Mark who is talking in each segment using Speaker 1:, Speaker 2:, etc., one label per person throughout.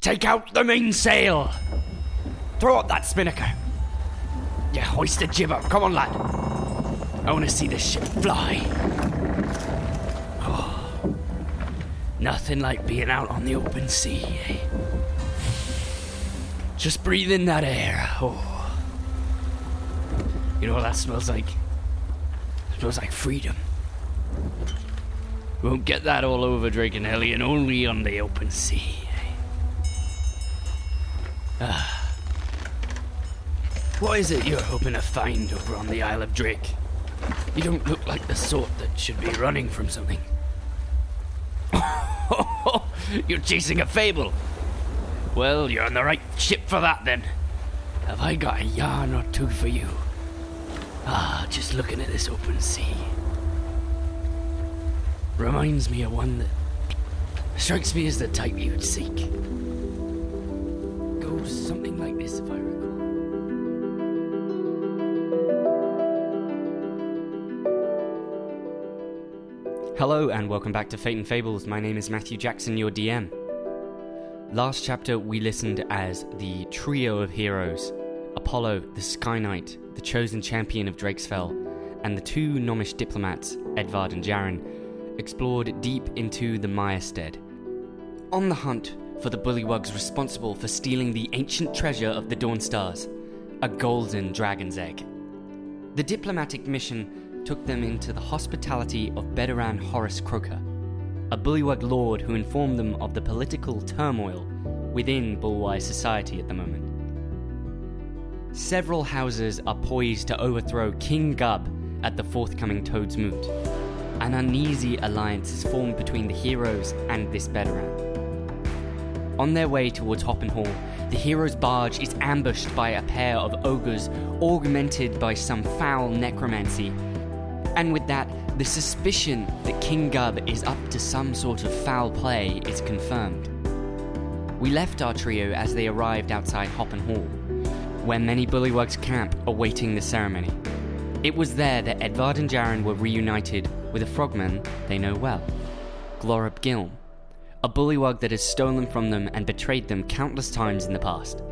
Speaker 1: Take out the mainsail! Throw up that spinnaker! Yeah, hoist the jib up. Come on, lad. I want to see this ship fly. Oh, nothing like being out on the open sea. eh? Just breathe in that air. Oh. You know what that smells like? smells like freedom. Won't get that all over Drakenhelly and only on the open sea. What is it you're hoping to find over on the Isle of Drake? You don't look like the sort that should be running from something. you're chasing a fable. Well, you're on the right ship for that then. Have I got a yarn or two for you? Ah, just looking at this open sea. Reminds me of one that strikes me as the type you'd seek. Goes something like this, if I recall.
Speaker 2: Hello and welcome back to Fate and Fables. My name is Matthew Jackson, your DM. Last chapter, we listened as the trio of heroes Apollo, the Sky Knight, the chosen champion of Drakesfell, and the two Nomish diplomats, Edvard and Jaren, explored deep into the Myrstead, on the hunt for the bullywugs responsible for stealing the ancient treasure of the Dawn Stars, a golden dragon's egg. The diplomatic mission took them into the hospitality of Bedaran Horace Croker, a bullywug lord who informed them of the political turmoil within Bullwise society at the moment. Several houses are poised to overthrow King Gub at the forthcoming Toad's Moot. An uneasy alliance is formed between the heroes and this Bedaran. On their way towards Hoppenhall, the hero's barge is ambushed by a pair of ogres, augmented by some foul necromancy. And with that, the suspicion that King Gub is up to some sort of foul play is confirmed. We left our trio as they arrived outside Hoppenhall, where many bullywugs camp awaiting the ceremony. It was there that Edvard and Jaren were reunited with a frogman they know well, Glorop Gilm a bullywug that has stolen from them and betrayed them countless times in the past.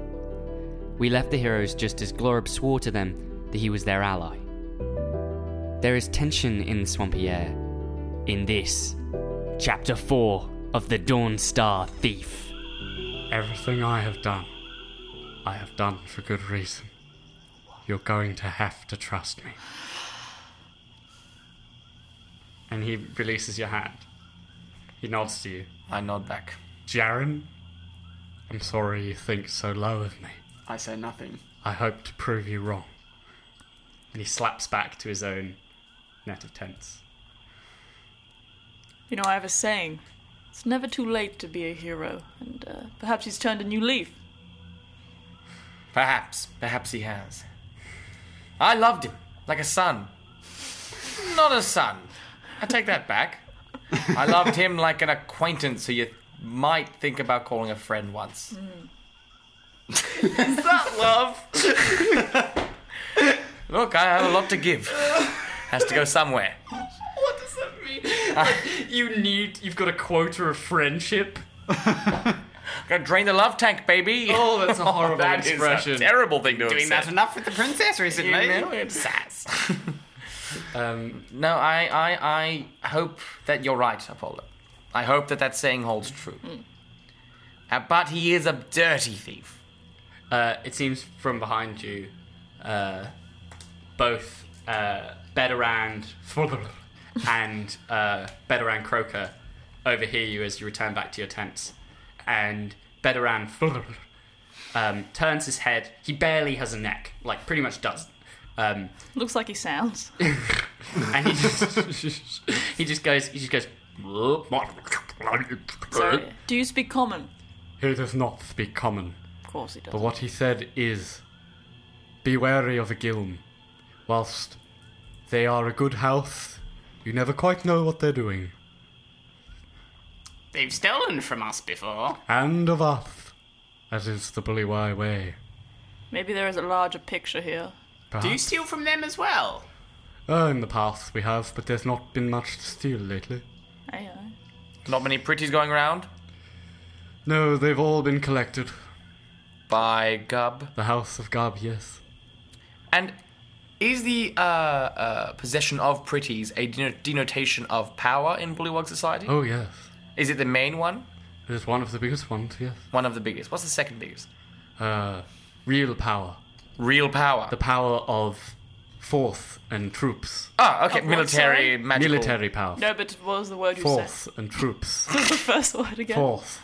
Speaker 2: We left the heroes just as Glorb swore to them that he was their ally. There is tension in the swampy air. In this, Chapter 4 of The Dawn Star Thief.
Speaker 3: Everything I have done, I have done for good reason. You're going to have to trust me. And he releases your hand. He nods to you.
Speaker 4: I nod back.
Speaker 3: Jaren, I'm sorry you think so low of me.
Speaker 4: I say nothing.
Speaker 3: I hope to prove you wrong. And he slaps back to his own net of tents.
Speaker 5: You know, I have a saying. It's never too late to be a hero, and uh, perhaps he's turned a new leaf.
Speaker 4: Perhaps, perhaps he has. I loved him like a son. Not a son. I take that back. I loved him like an acquaintance who you might think about calling a friend once. Is that love? Look, I have a lot to give. Has to go somewhere.
Speaker 3: What does that mean? you need, you've got a quota of friendship?
Speaker 4: Gotta drain the love tank, baby.
Speaker 3: Oh, that's a horrible
Speaker 4: that is
Speaker 3: expression.
Speaker 4: a terrible thing to have
Speaker 6: Doing
Speaker 4: said.
Speaker 6: that enough with the princess recently?
Speaker 4: You know, it's sass.
Speaker 3: Um,
Speaker 4: No, I, I, I hope that you're right, Apollo. I hope that that saying holds true.
Speaker 6: Hmm.
Speaker 4: Uh, but he is a dirty thief.
Speaker 3: Uh, it seems from behind you, uh, both uh, Bedarand and uh, Bedarand Croker overhear you as you return back to your tents. And Bedarand um, turns his head. He barely has a neck, like pretty much does. Um,
Speaker 5: Looks like he sounds.
Speaker 3: and he just he just goes he just goes.
Speaker 5: Sorry. Do you speak common?
Speaker 3: He does not speak common.
Speaker 5: Of course he does.
Speaker 3: But what he said is be wary of a Gilm. Whilst they are a good house, you never quite know what they're doing.
Speaker 6: They've stolen from us before.
Speaker 3: And of us, as is the Bullywye way.
Speaker 5: Maybe there is a larger picture here.
Speaker 3: Perhaps.
Speaker 6: Do you steal from them as well?
Speaker 3: Uh, in the past we have, but there's not been much to steal lately.
Speaker 5: Aye, aye.
Speaker 4: Not many pretties going around.
Speaker 3: No, they've all been collected.
Speaker 4: By Gub.
Speaker 3: The House of Gab, yes.
Speaker 4: And is the uh, uh, possession of pretties a deno- denotation of power in Bullywog society?
Speaker 3: Oh, yes.
Speaker 4: Is it the main one?
Speaker 3: It is one of the biggest ones, yes.
Speaker 4: One of the biggest. What's the second biggest?
Speaker 3: Uh, real power.
Speaker 4: Real power.
Speaker 3: The power of force and troops.
Speaker 4: Ah, okay.
Speaker 5: Of what,
Speaker 4: military,
Speaker 5: sorry?
Speaker 4: magical.
Speaker 3: Military power.
Speaker 5: No, but what was the word you
Speaker 3: Force and troops.
Speaker 5: said? the first word again.
Speaker 3: Force.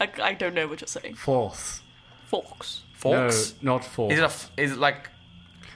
Speaker 5: I, I don't know what you're saying.
Speaker 3: Force.
Speaker 5: Forks.
Speaker 4: Forks.
Speaker 3: No, not force.
Speaker 4: Is it a f- is it like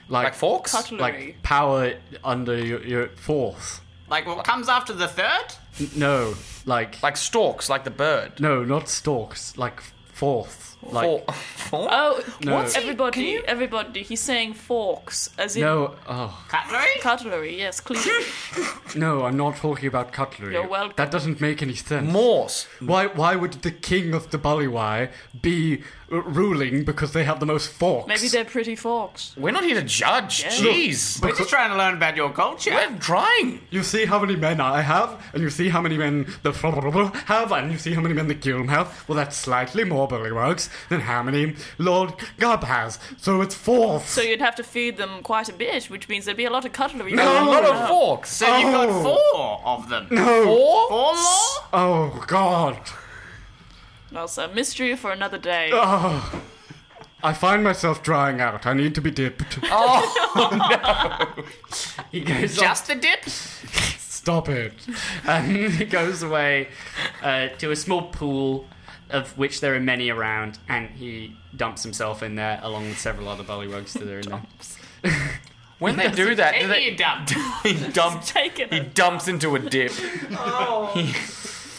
Speaker 3: like,
Speaker 4: like forks?
Speaker 5: Cutlery.
Speaker 3: Like power under your, your force.
Speaker 1: Like what comes after the third?
Speaker 3: N- No, like,
Speaker 4: Like stalks, like the bird.
Speaker 3: no, not stalks. Like force. Like
Speaker 4: For- fork?
Speaker 5: Oh,
Speaker 3: No. What's he-
Speaker 5: everybody, everybody. He's saying forks, as in
Speaker 3: no, oh
Speaker 1: Cutlery?
Speaker 5: cutlery. Yes, clearly.
Speaker 3: no, I'm not talking about cutlery.
Speaker 5: You're welcome.
Speaker 3: That doesn't make any sense.
Speaker 4: Morse.
Speaker 3: Why, why would the king of the Bullywye be uh, ruling because they have the most forks?
Speaker 5: Maybe they're pretty forks.
Speaker 4: We're not here to judge.
Speaker 5: Yeah.
Speaker 4: Jeez.
Speaker 1: We're just trying to learn about your culture.
Speaker 4: We're trying.
Speaker 3: You see how many men I have, and you see how many men the have, and you see how many men the Gilm have. Well, that's slightly more bullywogs than how many Lord Gub has. So it's fourth.
Speaker 5: So you'd have to feed them quite a bit, which means there'd be a lot of cutlery.
Speaker 4: A lot of forks.
Speaker 1: So you've got
Speaker 3: Oh.
Speaker 1: four of them.
Speaker 3: no.
Speaker 4: Four?
Speaker 1: Four more?
Speaker 3: Oh God.
Speaker 5: Well, sir, mystery for another day.
Speaker 4: Uh-huh.
Speaker 3: Oh. I find myself drying out. I need to be dipped.
Speaker 4: Oh,
Speaker 3: He goes
Speaker 1: Just the dip?
Speaker 3: Stop it.
Speaker 2: and he goes away uh, to a small pool of which there are many around and he dumps himself in there along with several other bullywugs that are in there
Speaker 4: when they do that, do
Speaker 1: Ain't
Speaker 4: they,
Speaker 1: you dumped?
Speaker 4: he
Speaker 2: Um,
Speaker 4: dumps.
Speaker 5: Taken.
Speaker 4: He
Speaker 5: it.
Speaker 4: dumps into a dip.
Speaker 1: Oh.
Speaker 4: He,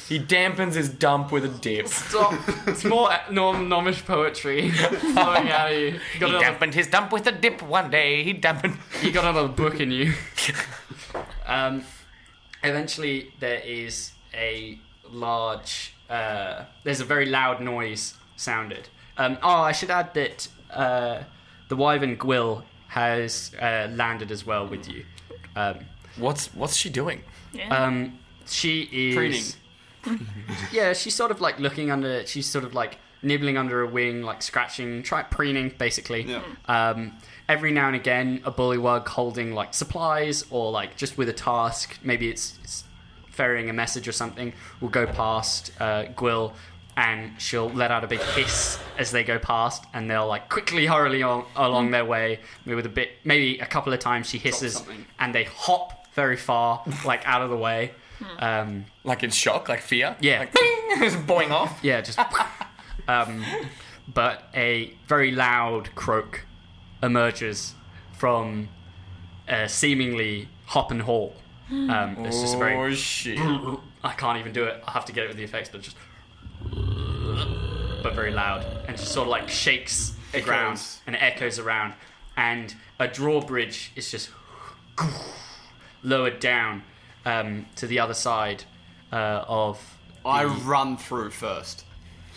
Speaker 4: he dampens his dump with a dip.
Speaker 2: it's more norm nomish poetry flowing out of you you
Speaker 4: He dampened his dump with a dip one day. He dampened.
Speaker 2: you got another book in you. um, eventually, there is a large. Uh, there's a very loud noise sounded. Um, oh, I should add that uh, the Wyvern Gwill has uh, landed as well with you. Um,
Speaker 4: What's what's she doing?
Speaker 5: Yeah.
Speaker 2: um, she is.
Speaker 1: Preening.
Speaker 2: yeah, she's sort of like looking under. She's sort of like nibbling under a wing, like scratching, try preening, basically.
Speaker 1: Yeah.
Speaker 2: Um, every now and again, a bullywug holding like supplies or like just with a task. Maybe it's, it's ferrying a message or something. Will go past uh, Gwill. And she'll let out a big hiss as they go past, and they'll like quickly hurry on, along their way. Maybe with a bit, maybe a couple of times she hisses,
Speaker 1: something.
Speaker 2: and they hop very far, like out of the way. Um,
Speaker 4: Like in shock, like fear?
Speaker 2: Yeah.
Speaker 4: Like, just boing off.
Speaker 2: yeah, just. um, but a very loud croak emerges from a seemingly hop and haul. Um, it's just a very.
Speaker 4: Oh,
Speaker 2: Mm,
Speaker 4: shit.
Speaker 2: I can't even do it. I have to get it with the effects, but just. But very loud. And just sort of like shakes the ground
Speaker 1: Echoes.
Speaker 2: and it echoes around. And a drawbridge is just lowered down um, to the other side uh, of
Speaker 1: I
Speaker 4: Mm.
Speaker 1: run through first.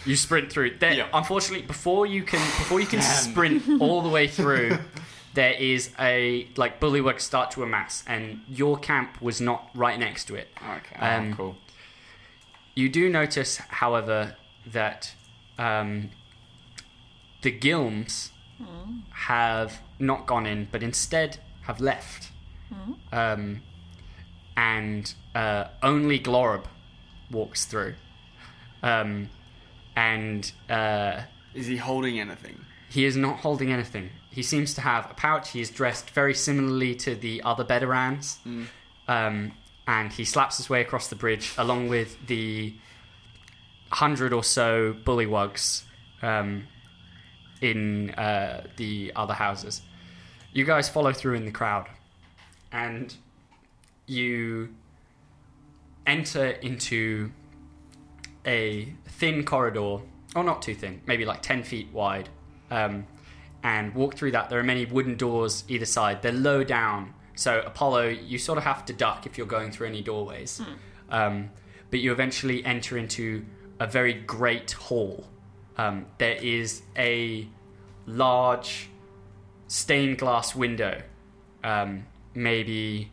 Speaker 2: You sprint through. There,
Speaker 1: Yeah.
Speaker 2: Unfortunately, before you can before you can
Speaker 1: Damn.
Speaker 2: sprint all the way through, there is a like bullywug start to amass, and your camp was not right next to it.
Speaker 1: Okay.
Speaker 2: Um,
Speaker 1: cool.
Speaker 2: You do notice, however, that um, the Gilms have not gone in, but instead have left, um, and uh, only Glorb walks through. Um, and uh,
Speaker 1: Is he holding anything?
Speaker 2: he is not holding anything. He seems to have a pouch. He is dressed very similarly to the other Bedorans. Um, and he slaps his way across the bridge along with the hundred or so bullywugs um, in uh, the other houses. You guys follow through in the crowd. And you enter into a thin corridor, or not too thin, maybe like 10 feet wide, um, and walk through that. There are many wooden doors either side. They're low down. So, Apollo, you sort of have to duck if you're going through any doorways. Um, but you eventually enter into a very great hall. Um, there is a large stained glass window, um, maybe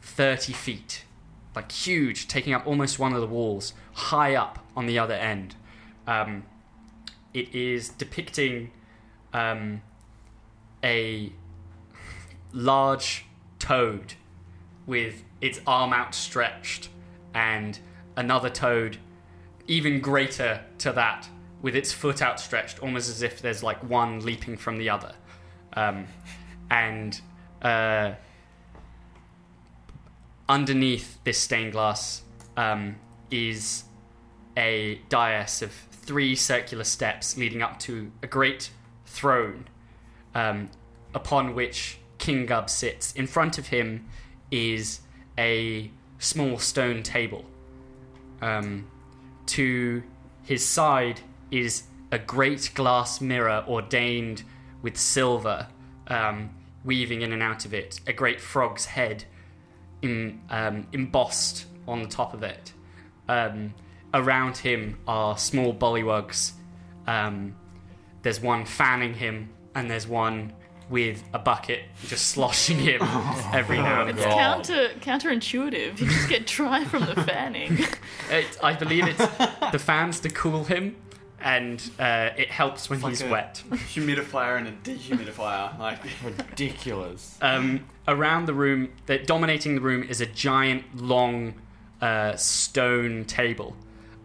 Speaker 2: 30 feet, like huge, taking up almost one of the walls, high up on the other end. Um, it is depicting um, a large toad with its arm outstretched, and another toad even greater to that with its foot outstretched, almost as if there's like one leaping from the other. Um, and uh, underneath this stained glass um, is a dais of three circular steps leading up to a great throne um, upon which King Gub sits. In front of him is a small stone table. Um, to his side is a great glass mirror ordained with silver, um, weaving in and out of it, a great frog's head in, um, embossed on the top of it. Um, around him are small bullywugs. Um, there's one fanning him, and there's one with a bucket just sloshing him every now and
Speaker 5: It's
Speaker 2: then.
Speaker 5: counter counterintuitive. You just get dry from the fanning.
Speaker 2: It, I believe it's the fans to cool him, and uh, it helps when
Speaker 7: like
Speaker 2: he's
Speaker 7: a-
Speaker 2: wet.
Speaker 7: Humidifier and a dehumidifier. Like
Speaker 4: Ridiculous.
Speaker 2: um, around the room, that dominating the room is a giant, long uh, stone table,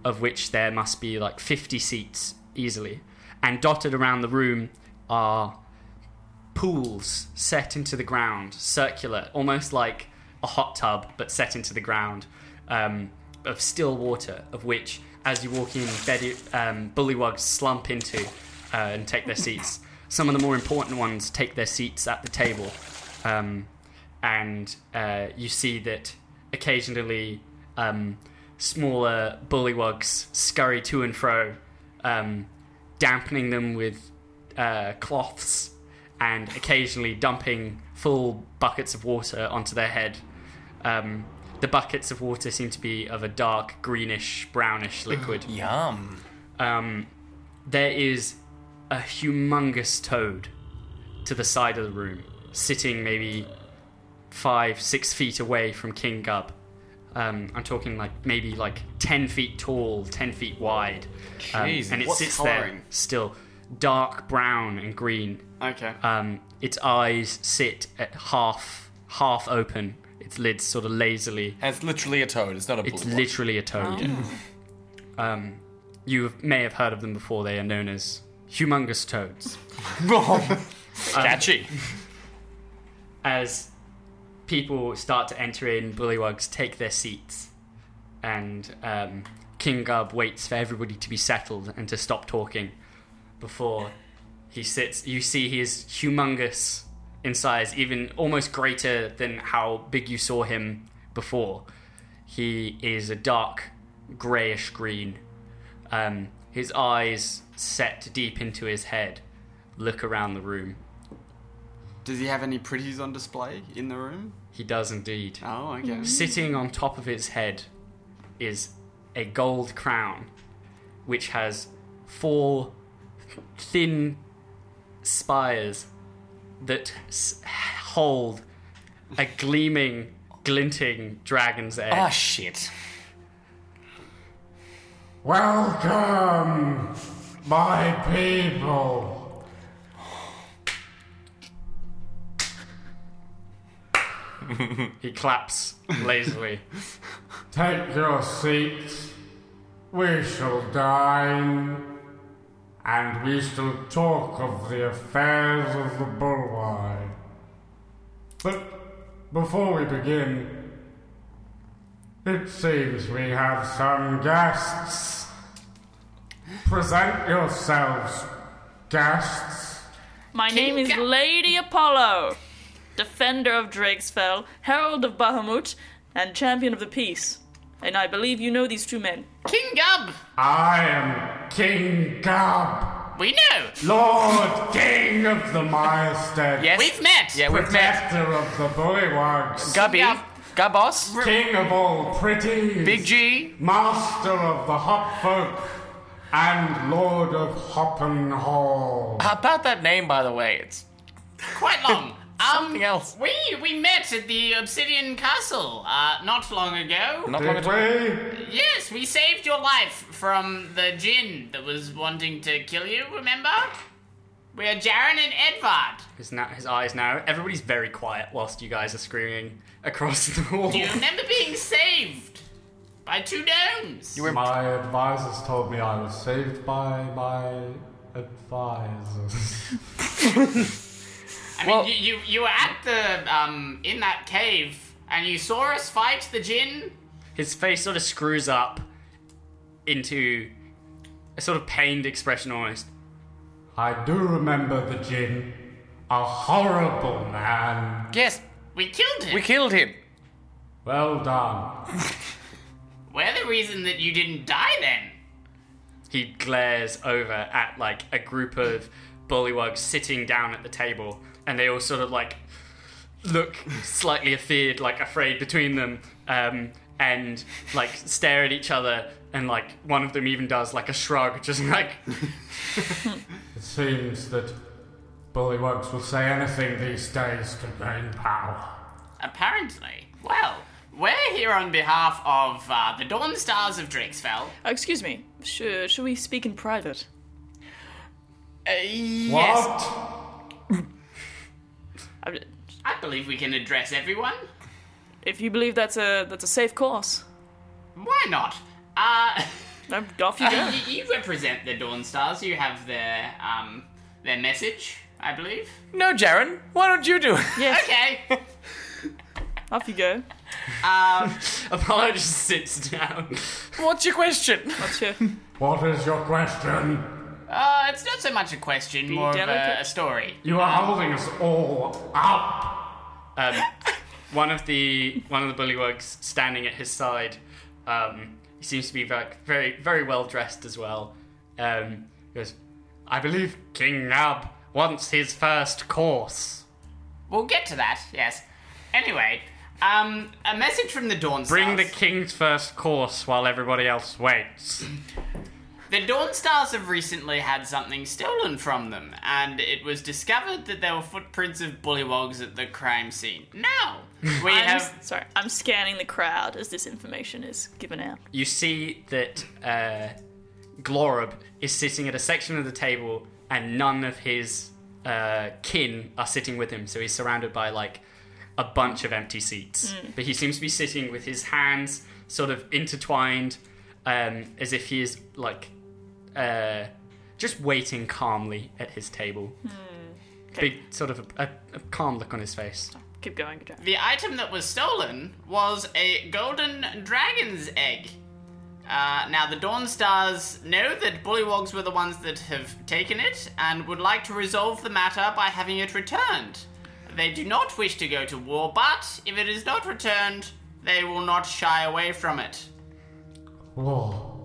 Speaker 2: of which there must be like 50 seats easily. And dotted around the room are pools set into the ground, circular, almost like a hot tub, but set into the ground, um, of still water, of which, as you walk in, Betty, um, bullywugs slump into uh, and take their seats. Some of the more important ones take their seats at the table, um, and uh, you see that occasionally um, smaller bullywugs scurry to and fro, um, dampening them with uh, cloths and occasionally dumping full buckets of water onto their head. Um, the buckets of water seem to be of a dark greenish brownish liquid.
Speaker 4: Yum.
Speaker 2: Um, there is a humongous toad to the side of the room, sitting maybe five, six feet away from King Gub. Um, I'm talking like maybe like ten feet tall, ten feet wide, Um,
Speaker 4: Jesus.
Speaker 2: and it
Speaker 7: What's
Speaker 2: sits there
Speaker 7: colouring?
Speaker 2: still, dark brown and green.
Speaker 7: okay.
Speaker 4: Uh,
Speaker 2: Um, its eyes sit at half half open, its lids sort of lazily.
Speaker 4: And it's literally a toad. It's not a
Speaker 2: It's
Speaker 4: bullywug.
Speaker 2: literally a toad. Um, you may have heard of them before. They are known as humongous toads.
Speaker 4: Oh. Catchy.
Speaker 2: As people start to enter in, bullywugs take their seats, and um, King Gub waits for everybody to be settled and to stop talking before he sits. You see, he is humongous in size, even almost greater than how big you saw him before. He is a dark greyish green. Um, his eyes set deep into his head look around the room.
Speaker 7: Does he have any pretties on display in the room?
Speaker 2: He does indeed.
Speaker 7: Oh, okay.
Speaker 2: Sitting on top of his head is a gold crown, which has four thin spires that s- hold a gleaming, glinting dragon's egg.
Speaker 4: Ah, shit.
Speaker 3: Welcome, my people.
Speaker 2: He claps lazily.
Speaker 3: Take your seats. We shall dine. And we shall talk of the affairs of the bullwide. But before we begin, it seems we have some guests. Present yourselves, guests.
Speaker 5: My name is Lady Apollo, defender of Drakesfell, herald of Bahamut, and champion of the peace. And I believe you know these two men.
Speaker 8: King Gub,
Speaker 3: I am King Gab,
Speaker 8: we know.
Speaker 3: Lord King of the Myrstead.
Speaker 4: Yes.
Speaker 8: We've met.
Speaker 4: Yeah, we've met.
Speaker 3: Protector of the Bullywogs.
Speaker 4: Gubby.
Speaker 8: Yeah.
Speaker 4: Gubboss.
Speaker 3: King of all pretty.
Speaker 4: Big G.
Speaker 3: Master of the Hop Folk. And Lord of Hoppen Hall.
Speaker 4: How about that name, by the way? It's
Speaker 8: Quite long. Um,
Speaker 4: something else.
Speaker 8: We we met at the Obsidian Castle uh, not long ago.
Speaker 4: Not long
Speaker 3: Did
Speaker 4: at all.
Speaker 3: we?
Speaker 8: Yes, we saved your life from the djinn that was wanting to kill you. Remember? We are Jaren and Edvard.
Speaker 2: His, na- his eyes now. Everybody's very quiet whilst you guys are screaming across the wall.
Speaker 8: Do you remember being saved by two gnomes?
Speaker 3: My advisors told me I was saved by my advisors.
Speaker 8: I
Speaker 4: Well-
Speaker 8: mean, you, you you were at the um in that cave and you saw us fight the djinn.
Speaker 2: His face sort of screws up into a sort of pained expression almost.
Speaker 3: I do remember the djinn. A horrible man.
Speaker 4: Yes,
Speaker 8: We killed him.
Speaker 4: we killed him.
Speaker 3: Well done.
Speaker 8: We're the reason that you didn't die then.
Speaker 2: He glares over at like a group of bullywugs sitting down at the table, and they all sort of like look slightly afeared, like afraid between them, um, and like stare at each other. And like one of them even does like a shrug, just like
Speaker 3: It seems that bullywugs will say anything these days to gain power.
Speaker 8: Apparently. Well, we're here on behalf of uh, the Dawn Stars of Drakesfell.
Speaker 5: Uh, excuse me. Sh- should we speak in private?
Speaker 8: yes.
Speaker 3: What?
Speaker 5: I-
Speaker 8: I believe we can address everyone.
Speaker 5: If you believe that's a that's a safe course,
Speaker 8: Why not? Uh,
Speaker 5: um, off you go.
Speaker 8: you, you represent the Dawn Stars. You have their um, their message, I believe.
Speaker 4: No, Jaren, why don't you do it?
Speaker 5: yes,
Speaker 8: Okay.
Speaker 5: off you go.
Speaker 2: Apollo just sits down.
Speaker 4: Um, What's your question?
Speaker 5: That's your-
Speaker 3: What is your question?
Speaker 8: Uh, it's not so much a question, more of
Speaker 5: delicate.
Speaker 8: a, a story.
Speaker 3: You are holding us all up.
Speaker 2: Um, one of the one of the bullywugs standing at his side. Um, he seems to be very very, very well dressed as well. Um, he goes, I believe King Nab wants his first course.
Speaker 8: We'll get to that. Yes. Anyway, um, a message from the Dawn Stars.
Speaker 2: Bring the king's first course while everybody else waits.
Speaker 8: The Dawn Stars have recently had something stolen from them, and it was discovered that there were footprints of bullywogs at the crime scene. Now, we
Speaker 5: I'm,
Speaker 8: have.
Speaker 5: s- sorry, I'm scanning the crowd as this information is given out.
Speaker 2: You see that uh, Glorb is sitting at a section of the table, and none of his uh, kin are sitting with him. So he's surrounded by like a bunch of empty seats. But he seems to be sitting with his hands sort of intertwined, um, as if he is like uh, just waiting calmly at his table. Big sort of a, a, a calm look on his face.
Speaker 5: Keep going, Jack.
Speaker 8: The item that was stolen was a golden dragon's egg. Uh, now, the Dawn Stars know that bullywogs were the ones that have taken it and would like to resolve the matter by having it returned. They do not wish to go to war, but if it is not returned, they will not shy away from it.
Speaker 3: War.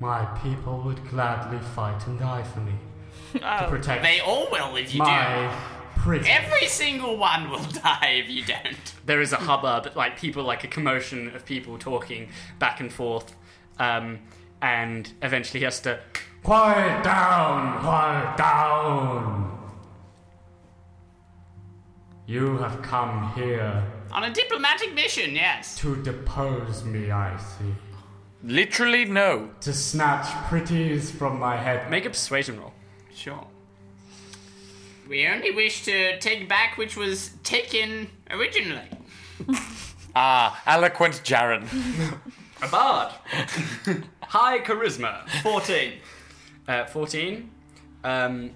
Speaker 3: My people would gladly fight and die for me. To protect
Speaker 8: They all will if you do.
Speaker 3: my pretty.
Speaker 8: Every single one will die if you don't.
Speaker 2: there is a hubbub, like people, like a commotion of people talking back and forth, um, and eventually he has to.
Speaker 3: quiet down, quiet down. You have come here
Speaker 8: On a diplomatic mission, yes.
Speaker 3: to depose me, I see.
Speaker 4: Literally, no.
Speaker 3: To snatch pretties from my head.
Speaker 2: Make a persuasion roll.
Speaker 8: Sure. We only wish to take back which was taken originally.
Speaker 4: Ah, eloquent Jaren.
Speaker 2: A bard. High charisma. Fourteen. Uh, Fourteen. Um,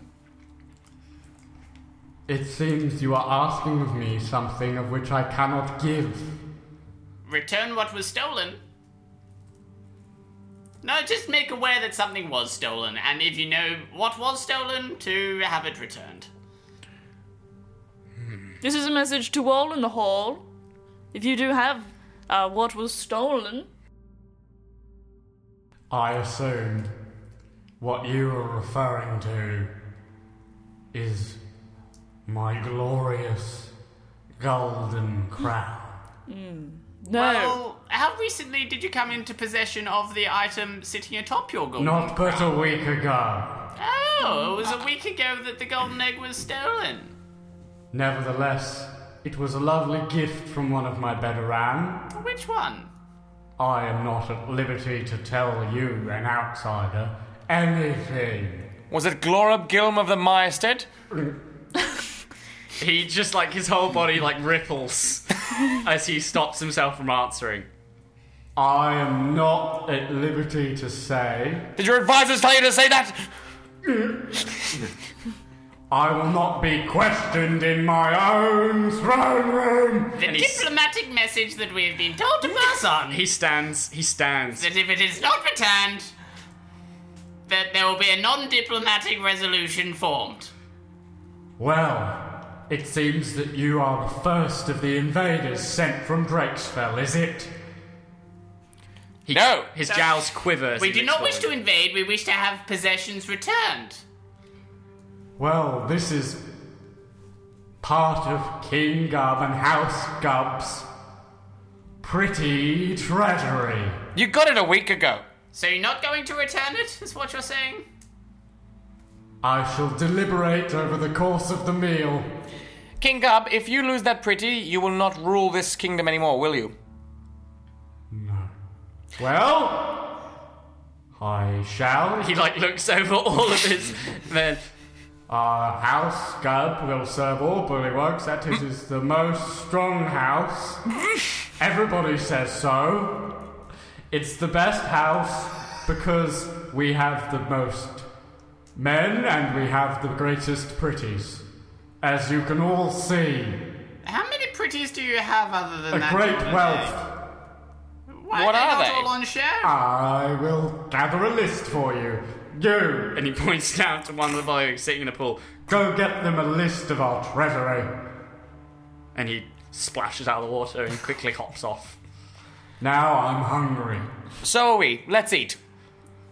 Speaker 3: It seems you are asking of me something of which I cannot give.
Speaker 8: Return what was stolen. No, just make aware that something was stolen, and if you know what was stolen, to have it returned.
Speaker 5: This is a message to all in the hall. If you do have uh, what was stolen,
Speaker 3: I assume what you are referring to is my glorious golden crown.
Speaker 5: no.
Speaker 8: Well, how recently did you come into possession of the item sitting atop your golden?
Speaker 3: Not but a week ago.
Speaker 8: Oh, it was a week ago that the golden egg was stolen.
Speaker 3: Nevertheless, it was a lovely gift from one of my Bedaran.
Speaker 8: Which one?
Speaker 3: I am not at liberty to tell you, an outsider, anything.
Speaker 4: Was it Glorab Gilm of the Myerstead?
Speaker 2: He just like his whole body like ripples as he stops himself from answering.
Speaker 3: I am not at liberty to say.
Speaker 4: Did your advisors tell you to say that?
Speaker 3: I will not be questioned in my own throne room.
Speaker 8: The
Speaker 2: he's-
Speaker 8: diplomatic message that we have been told to pass on
Speaker 2: He stands. He stands.
Speaker 8: that if it is not returned, that there will be a non-diplomatic resolution formed.
Speaker 3: Well, it seems that you are the first of the invaders sent from Drakesfell, is it?
Speaker 2: He,
Speaker 4: No.
Speaker 2: His jowls quiver. as
Speaker 8: We
Speaker 2: he
Speaker 8: do
Speaker 2: looks
Speaker 8: not wish to
Speaker 2: forward.
Speaker 8: invade. We wish to have possessions returned.
Speaker 3: Well, this is part of King Gub and House Gub's pretty treasury.
Speaker 4: You got it a week ago.
Speaker 8: So you're not going to return it, is what you're saying?
Speaker 3: I shall deliberate over the course of the meal.
Speaker 4: King Gub, if you lose that pretty, you will not rule this kingdom anymore, will you?
Speaker 3: No. Well, I shall.
Speaker 2: He like looks over all of his men.
Speaker 3: Our house Gub will serve all bullywogs. That is, is the most strong house. Everybody says so. It's the best house because we have the most men and we have the greatest pretties. As you can all see,
Speaker 8: How many pretties do you have other than
Speaker 3: a
Speaker 8: that?
Speaker 3: great
Speaker 8: Okay.
Speaker 3: wealth. Ah.
Speaker 8: Why
Speaker 4: What
Speaker 8: are they
Speaker 4: are
Speaker 8: not
Speaker 4: they?
Speaker 8: all on share?
Speaker 3: I will gather a list for you. You,
Speaker 2: And he points down to one of the boys sitting in a pool,
Speaker 3: go get them a list of our treasury.
Speaker 2: and he splashes out of the water and quickly hops off.
Speaker 3: Now I'm hungry.
Speaker 4: So are we. Let's eat.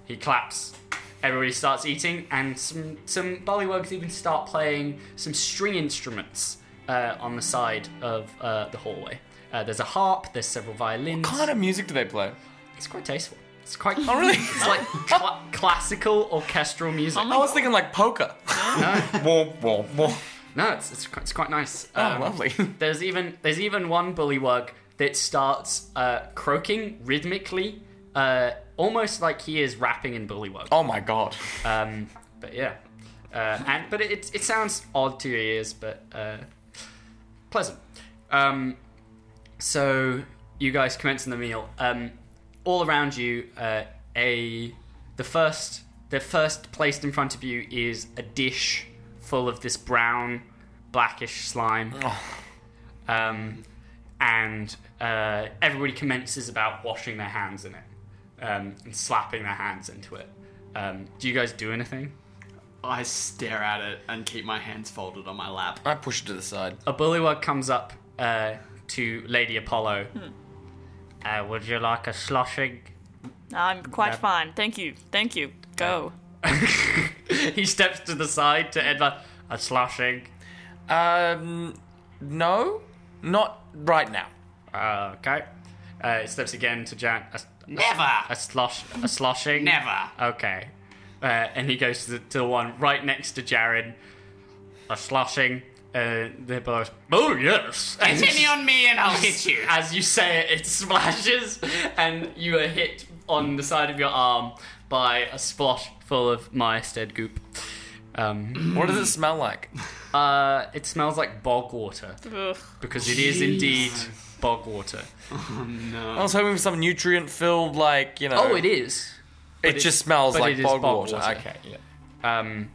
Speaker 2: He claps. Everybody starts eating, and some some bullywugs even start playing some string instruments uh, on the side of uh, the hallway. Uh, there's a harp. There's several violins.
Speaker 4: What kind of music do they play?
Speaker 2: It's quite tasteful. It's quite.
Speaker 4: Oh, really?
Speaker 2: It's like cla- classical orchestral music.
Speaker 4: I was thinking like poker. Oh Womp, womp, womp.
Speaker 2: No, it's it's, quite- it's quite nice. Uh,
Speaker 4: Oh, lovely.
Speaker 2: There's even there's even one bullywug that starts uh, croaking rhythmically, uh, almost like he is rapping in bullywug.
Speaker 4: Oh my god.
Speaker 2: Um, but yeah, uh, and but it, it sounds odd to your ears, but uh, pleasant. Um, so you guys commencing the meal. Um, all around you, uh, a the first the first placed in front of you is a dish full of this brown, blackish slime. Um, and uh, everybody commences about washing their hands in it um, and slapping their hands into it. Um, do you guys do anything?
Speaker 4: Mm-hmm.
Speaker 7: I stare at it and keep my hands folded on my lap.
Speaker 4: I pushed it to the side.
Speaker 2: A bullywug comes up uh, to Lady Apollo.
Speaker 8: Hmm.
Speaker 2: Uh, would you like a sloshing?
Speaker 5: I'm quite fine. Thank you. Thank you. Go.
Speaker 2: he steps to the side to Edvard. A sloshing.
Speaker 4: Um, no, not right now.
Speaker 2: Uh, okay. Uh, he steps again to Jan. A,
Speaker 8: Never.
Speaker 2: a slosh. A sloshing.
Speaker 8: Never.
Speaker 2: Okay. Uh, and he goes to the, to the one right next to Jared. A sloshing. Uh, they're both, oh yes. And
Speaker 8: Continue on me and I'll hit you.
Speaker 2: as you say it, it splashes, and you are hit on the side of your arm by a splotch full of myosted goop. Um,
Speaker 4: What does it smell like?
Speaker 2: uh, it smells like bog water
Speaker 5: Ugh.
Speaker 2: because it is indeed bog water.
Speaker 4: I was hoping for some nutrient-filled, like you know.
Speaker 2: Oh, it is.
Speaker 4: It
Speaker 2: it-
Speaker 4: just smells
Speaker 2: but
Speaker 4: like
Speaker 2: it is
Speaker 4: bog,
Speaker 2: bog
Speaker 4: water.
Speaker 2: water.
Speaker 4: Okay, yeah.
Speaker 2: Um,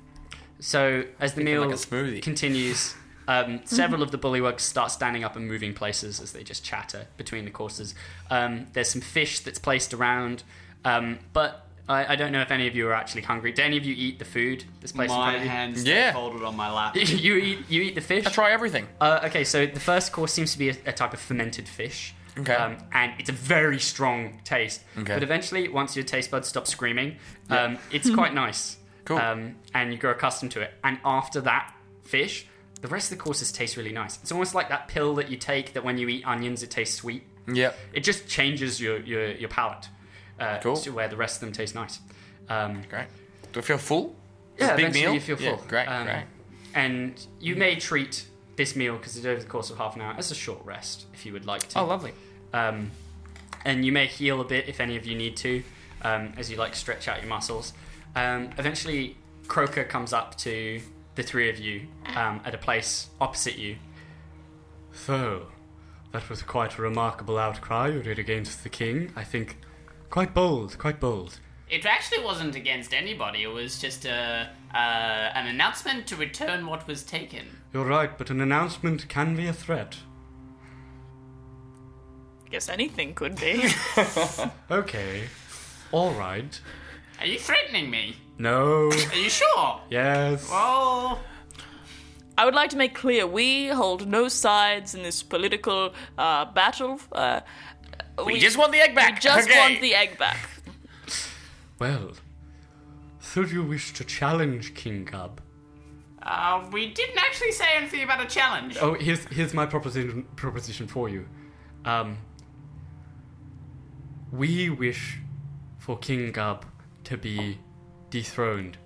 Speaker 2: so as the meal
Speaker 4: like a smoothie.
Speaker 2: continues, um, several of the bullywugs start standing up and moving places as they just chatter between the courses. Um, there's some fish that's placed around, um, but I, I don't know if any of you are actually hungry. Do any of you eat the food that's placed
Speaker 7: my
Speaker 2: in front
Speaker 7: hands stay
Speaker 4: Yeah.
Speaker 7: folded on my lap.
Speaker 2: of you? you eat you eat the fish.
Speaker 4: I try everything.
Speaker 2: Uh, okay, so the first course seems to be a, a type of fermented fish. Um,
Speaker 4: Okay.
Speaker 2: and it's a very strong taste.
Speaker 4: Okay.
Speaker 2: But eventually, once your taste buds stop screaming, um, it's quite nice.
Speaker 4: Cool.
Speaker 2: Um, and you grow accustomed to it. And after that fish, the rest of the courses taste really nice. It's almost like that pill that you take that when you eat onions, it tastes sweet.
Speaker 4: Yep.
Speaker 2: It just changes your, your, your palate uh,
Speaker 4: Cool.
Speaker 2: to where the rest of them taste nice. Um,
Speaker 4: Great. Do I feel full?
Speaker 2: yeah,
Speaker 4: big
Speaker 2: eventually
Speaker 4: meal?
Speaker 2: you feel Um,
Speaker 4: Yeah,
Speaker 2: full.
Speaker 4: great, great.
Speaker 2: And you may treat this meal, because it's over the course of half an hour, as a short rest, if you would like to.
Speaker 4: Oh, lovely.
Speaker 2: Um, and you may heal a bit if any of you need to, um, as you like stretch out your muscles. Um, eventually, Croker comes up to the three of you um, at a place opposite you. So, that was quite a remarkable outcry you did against the king. I think quite bold, quite bold.
Speaker 8: It actually wasn't against anybody. It was just a uh, an announcement to return what was taken.
Speaker 3: You're right, but an announcement can be a threat.
Speaker 5: Guess anything could be.
Speaker 3: Okay. All right.
Speaker 8: Are you threatening me?
Speaker 3: No.
Speaker 8: Are you sure?
Speaker 3: Yes.
Speaker 8: Oh,
Speaker 5: I would like to make clear we hold no sides in this political uh, battle. Uh,
Speaker 4: We, just want the egg back.
Speaker 5: We just
Speaker 4: Okay.
Speaker 5: want the egg back.
Speaker 3: Well, should you wish to challenge King Gub?
Speaker 8: uh, we didn't actually say anything about a challenge.
Speaker 3: Oh, here's here's my proposition proposition for you. Um, we wish for King Gub to be dethroned,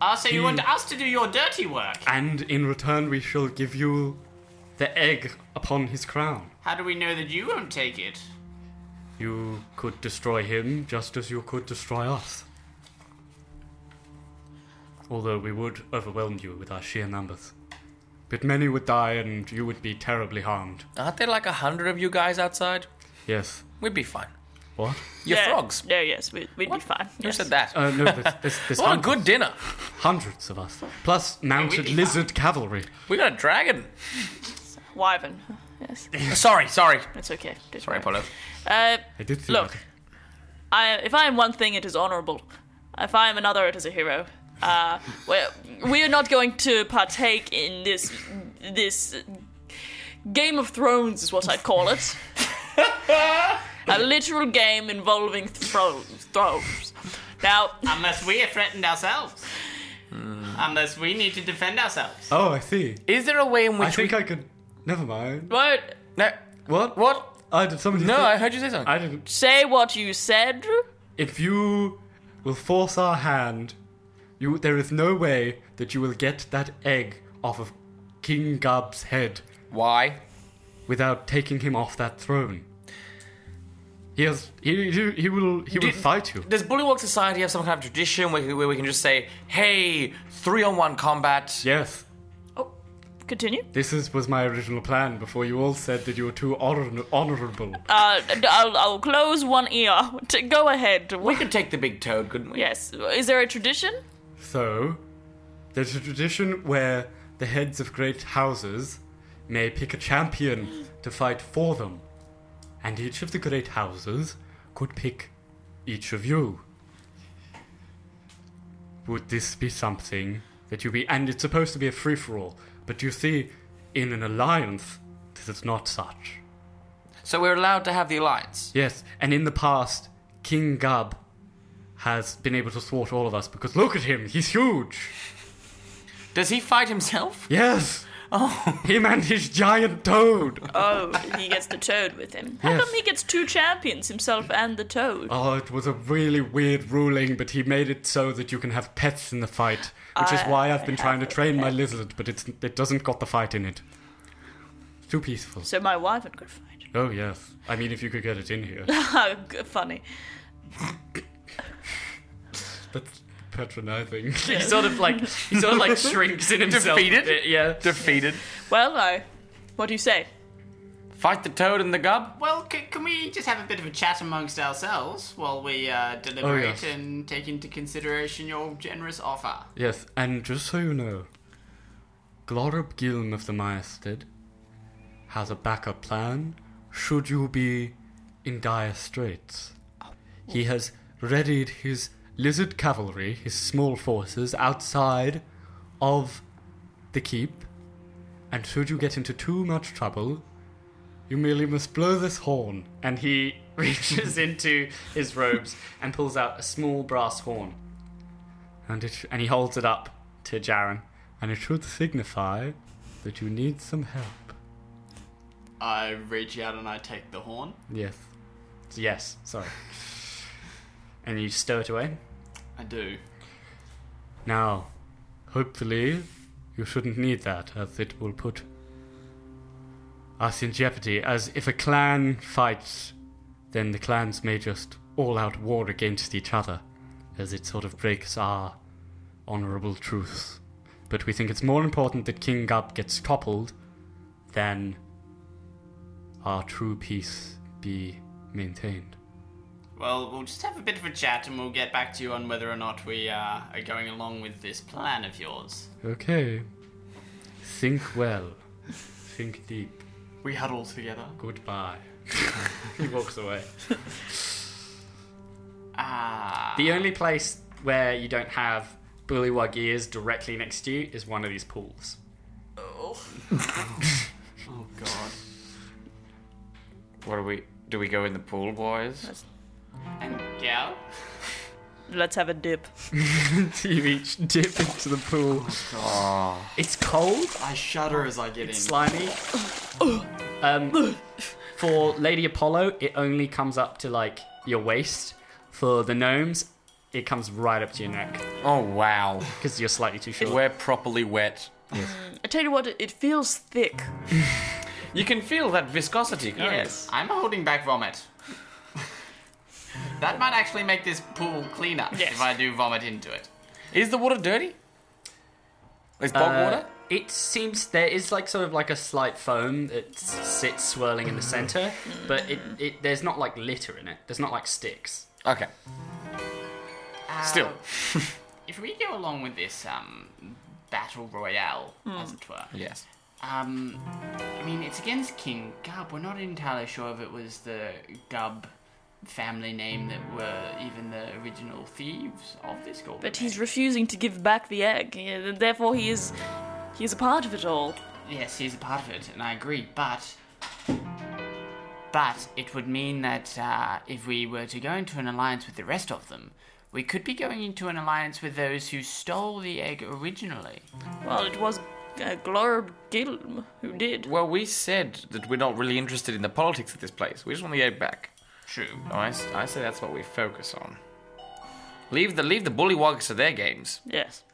Speaker 8: Ah, so you
Speaker 3: he-
Speaker 8: want us to do your dirty work?
Speaker 3: and in return we shall give you the egg upon his crown.
Speaker 8: How do we know that you won't take it?
Speaker 3: You could destroy him just as you could destroy us. Although we would overwhelm you with our sheer numbers. But many would die and you would be terribly harmed.
Speaker 4: Aren't there like a hundred of you guys outside?
Speaker 3: Yes.
Speaker 4: We'd be fine.
Speaker 3: What?
Speaker 4: You're
Speaker 5: Yeah.
Speaker 4: frogs.
Speaker 5: No, yes, we, we'd be fine.
Speaker 4: Who said that?
Speaker 3: Uh, no, there's, there's, there's
Speaker 4: what a
Speaker 3: hundreds,
Speaker 4: good dinner.
Speaker 3: hundreds of us. Plus mounted
Speaker 8: be
Speaker 3: lizard cavalry.
Speaker 4: We got a dragon.
Speaker 5: Wyvern. Yes,
Speaker 4: sorry, sorry.
Speaker 5: it's okay. Don't
Speaker 4: Sorry,
Speaker 5: worry.
Speaker 4: Apollo.
Speaker 5: Uh,
Speaker 3: I did think
Speaker 5: Look, I, if I am one thing, it is honourable. If I am another, it is a hero. Uh, we're, we are not going to partake in this this Game of Thrones, is what I call it. a literal game involving thrones. Thrones. Now,
Speaker 8: Unless we are threatened ourselves. Unless we need to defend ourselves.
Speaker 3: Oh, I see.
Speaker 4: Is there a way in which
Speaker 3: I think
Speaker 4: we?
Speaker 3: I could. Never mind.
Speaker 5: what?
Speaker 4: No.
Speaker 3: What?
Speaker 4: What?
Speaker 3: I did somebody.
Speaker 4: No,
Speaker 3: said-
Speaker 4: I heard you say something.
Speaker 3: I didn't.
Speaker 5: Say what you said.
Speaker 3: If you will force our hand, you there is no way that you will get that egg off of King Gub's head
Speaker 4: Why?
Speaker 3: without taking him off that throne. He has he he, he will he will
Speaker 4: Did-
Speaker 3: fight you.
Speaker 4: Does Bullywog Society have some kind of tradition where, where we can just say, "Hey, three-on-one combat"?
Speaker 3: Yes,
Speaker 5: Oh, continue.
Speaker 3: this is, was my original plan before you all said that you were too honor, honorable.
Speaker 5: Uh, I'll, I'll close one ear. T- go ahead.
Speaker 4: We could take the big toad, couldn't we?
Speaker 5: Yes. Is there a tradition?
Speaker 3: So, there's a tradition where the heads of great houses may pick a champion to fight for them, and each of the great houses could pick each of you. Would this be something that you be? And it's supposed to be a free for all, but you see, in an alliance, this is not such.
Speaker 4: So we're allowed to have the alliance.
Speaker 3: Yes, and in the past, King Gub has been able to thwart all of us because look at him, he's huge.
Speaker 4: Does he fight himself?
Speaker 3: Yes. Oh. Him and his giant toad.
Speaker 5: Oh, he gets the toad with him. How
Speaker 3: Yes.
Speaker 5: come he gets two champions, himself and the toad?
Speaker 3: Oh, it was a really weird ruling, but he made it so that you can have pets in the fight, which is
Speaker 5: I-
Speaker 3: why I've been
Speaker 5: I
Speaker 3: trying to
Speaker 5: have a
Speaker 3: train my
Speaker 5: pet.
Speaker 3: lizard, but it's it doesn't got the fight in it. It's too peaceful.
Speaker 5: So my wife and good fight.
Speaker 3: Oh yes. I mean, if you could get it in here,
Speaker 5: How g- funny.
Speaker 3: that's patronizing.
Speaker 2: He sort of like he sort of like shrinks in himself. a
Speaker 4: Defeated?
Speaker 2: bit, yeah.
Speaker 4: Defeated.
Speaker 5: Well, I. What do you say?
Speaker 4: Fight the toad and the gub?
Speaker 8: Well, c- can we just have a bit of a chat amongst ourselves while we uh, deliberate
Speaker 3: yes.
Speaker 8: and take into consideration your generous offer?
Speaker 3: Yes, and just so you know, Glorib Gilm of the Myestead has a backup plan should you be in dire straits. He has readied his lizard cavalry, his small forces, outside of the keep, and should you get into too much trouble, you merely must blow this horn.
Speaker 2: And he reaches into his robes and pulls out a small brass horn.
Speaker 3: And it,
Speaker 2: And he holds it up to Jaren.
Speaker 3: and it should signify that you need some help.
Speaker 8: I reach out and I take the horn.
Speaker 3: Yes.
Speaker 2: Yes, sorry. And you stow it away.
Speaker 8: I do.
Speaker 3: Now, hopefully, you shouldn't need that, as it will put
Speaker 2: us in jeopardy, as if a clan fights, then the clans may just all out war against each other, as it sort of breaks our honourable truths. But we think it's more important that King Gub gets toppled than our true peace be maintained.
Speaker 8: Well, we'll just have a bit of a chat and we'll get back to you on whether or not we uh, are going along with this plan of yours.
Speaker 2: Okay. Think well. Think deep.
Speaker 7: We huddle together.
Speaker 2: Goodbye. he walks away.
Speaker 8: Ah.
Speaker 2: The only place where you don't have bullywug ears directly next to you is one of these pools.
Speaker 7: Oh god.
Speaker 4: What do we do? We go in the pool, boys.
Speaker 8: and gal?
Speaker 5: Let's have a dip.
Speaker 2: you each dip into the pool.
Speaker 4: Oh,
Speaker 2: It's cold,
Speaker 7: I shudder as I get in.
Speaker 2: slimy. Um, for Lady Apollo, it only comes up to like your waist. For the gnomes, it comes right up to your neck
Speaker 4: oh wow.
Speaker 2: because you're slightly too short.
Speaker 4: We're properly wet.
Speaker 5: I tell you what, it feels thick.
Speaker 4: You can feel that viscosity. can't you?
Speaker 5: Yes.
Speaker 8: I'm holding back vomit. that might actually make this pool cleaner if I do vomit into it.
Speaker 4: Is the water dirty? Is bog
Speaker 2: Uh,
Speaker 4: water?
Speaker 2: It seems there is like sort of like a slight foam that s- sits swirling in the center, but it, it there's not like litter in it. There's not like sticks.
Speaker 4: Okay. Still.
Speaker 8: Uh, if we go along with this um, battle royale, as it were,
Speaker 4: Yes.
Speaker 8: um, I mean, it's against King Gub. We're not entirely sure if it was the Gub family name that were even the original thieves of this golden.
Speaker 5: But he's
Speaker 8: egg.
Speaker 5: refusing to give back the egg. yeah, Therefore, he is. He is a part of it all.
Speaker 8: yes, he's a part of it, and I agree. But but it would mean that uh, if we were to go into an alliance with the rest of them. We could be going into an alliance with those who stole the egg originally.
Speaker 5: Well, it was uh, Glorb Gilm who did.
Speaker 4: Well, we said that we're not really interested in the politics of this place. We just want the egg back.
Speaker 8: True.
Speaker 4: Oh, I, s- I say that's what we focus on. Leave the leave the bullywogs to their games.
Speaker 5: Yes.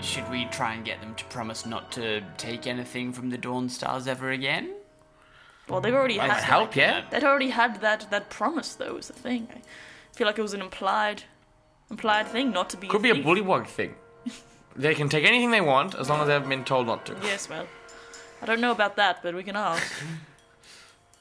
Speaker 8: Should we try and get them to promise not to take anything from the Dawn Stars ever again?
Speaker 5: Well, they've already
Speaker 4: Might
Speaker 5: had.
Speaker 4: help, yeah.
Speaker 5: They'd already had that that promise, though. Was the thing. I feel like it was an implied, implied thing not to be.
Speaker 4: Could be a
Speaker 5: thief.
Speaker 4: bullywog thing. They can take anything they want as long as they haven't been told not to.
Speaker 5: Yes, well, I don't know about that, but we can ask.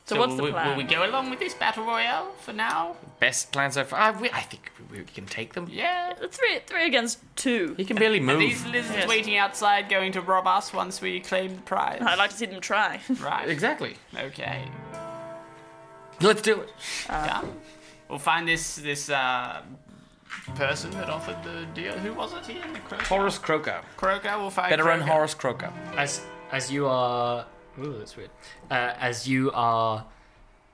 Speaker 5: so, what's the
Speaker 8: will, we-
Speaker 5: plan?
Speaker 8: Will we go along with this battle royale for now?
Speaker 4: Best plan so far. I, we, I think we, we can take them.
Speaker 8: Yeah.
Speaker 5: Three, three against two.
Speaker 4: He can barely move.
Speaker 8: These lizards
Speaker 5: Yes.
Speaker 8: waiting outside going to rob us once we claim the prize.
Speaker 5: I'd like to see them try.
Speaker 8: right.
Speaker 4: Exactly.
Speaker 8: Okay.
Speaker 4: Let's do it.
Speaker 8: Done. We'll find this this uh, person that offered the deal. Who was it here? The Croaker?
Speaker 4: Horace Croker.
Speaker 8: Croaker? We'll find
Speaker 4: Veteran
Speaker 8: Croaker.
Speaker 4: Horace Croker.
Speaker 2: As as you are, ooh, that's weird. Uh, as you are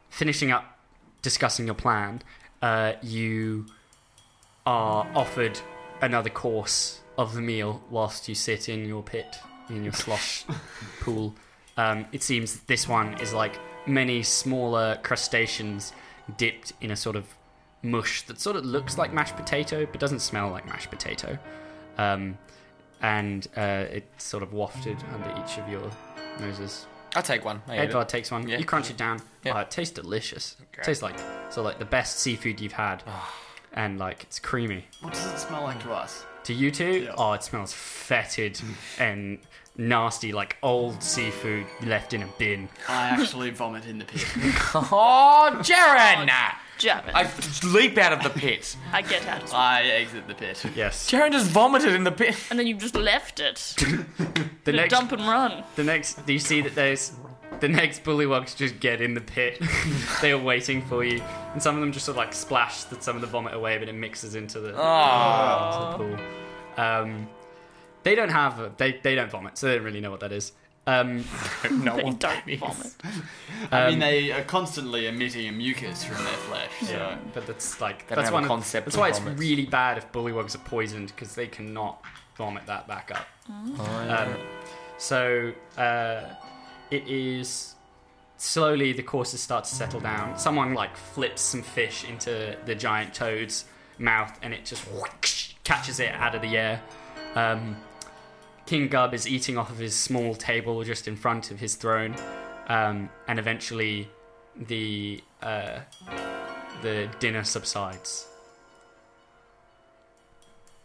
Speaker 2: finishing up discussing your plan, uh, you are offered another course of the meal whilst you sit in your pit in your slosh pool. Um, it seems that this one is like many smaller crustaceans dipped in a sort of mush that sort of looks like mashed potato but doesn't smell like mashed potato. Um, and uh, it sort of wafted under each of your noses.
Speaker 4: I'll take one. I ate it.
Speaker 2: Edvard takes one.
Speaker 4: Yeah.
Speaker 2: You crunch it down.
Speaker 4: Yeah.
Speaker 2: Oh, it tastes delicious. It tastes like so like the best seafood you've had, and like it's creamy.
Speaker 8: What does it smell like to us?
Speaker 2: To you two, oh, it smells fetid and nasty, like old seafood left in a bin.
Speaker 8: I actually vomit in the pit.
Speaker 4: Oh, Jaren!
Speaker 5: Jab it.
Speaker 4: I leap out of the pit.
Speaker 5: I get out. as well.
Speaker 8: I exit the pit.
Speaker 2: Yes.
Speaker 4: Jaren just vomited in the pit.
Speaker 5: And then you just left it.
Speaker 2: The next,
Speaker 5: Dump and run.
Speaker 2: the next, do you see that there's the next bullywogs just get in the pit. they are waiting for you, and some of them just sort of like splash the, some of the vomit away, but it mixes into the.
Speaker 4: Oh.
Speaker 2: into the pool. Um, they don't have a, they they don't vomit, so they don't really know what that is. Um,
Speaker 4: No
Speaker 5: They
Speaker 4: one.
Speaker 5: don't vomit.
Speaker 4: Um,
Speaker 8: I mean, they are constantly emitting a mucus from their flesh. So.
Speaker 2: but that's like
Speaker 4: They don't
Speaker 2: that's
Speaker 4: have
Speaker 2: one
Speaker 4: a
Speaker 2: of-
Speaker 4: concept
Speaker 2: That's
Speaker 4: of
Speaker 2: why it's
Speaker 4: vomit.
Speaker 2: really bad if bullywogs are poisoned because they cannot vomit that back up.
Speaker 4: Oh,
Speaker 2: Um, so uh, it is slowly the courses start to settle down. Someone like flips some fish into the giant toad's mouth, and it just whoosh, catches it out of the air. Um, King Gub is eating off of his small table just in front of his throne, um, and eventually the uh, the dinner subsides.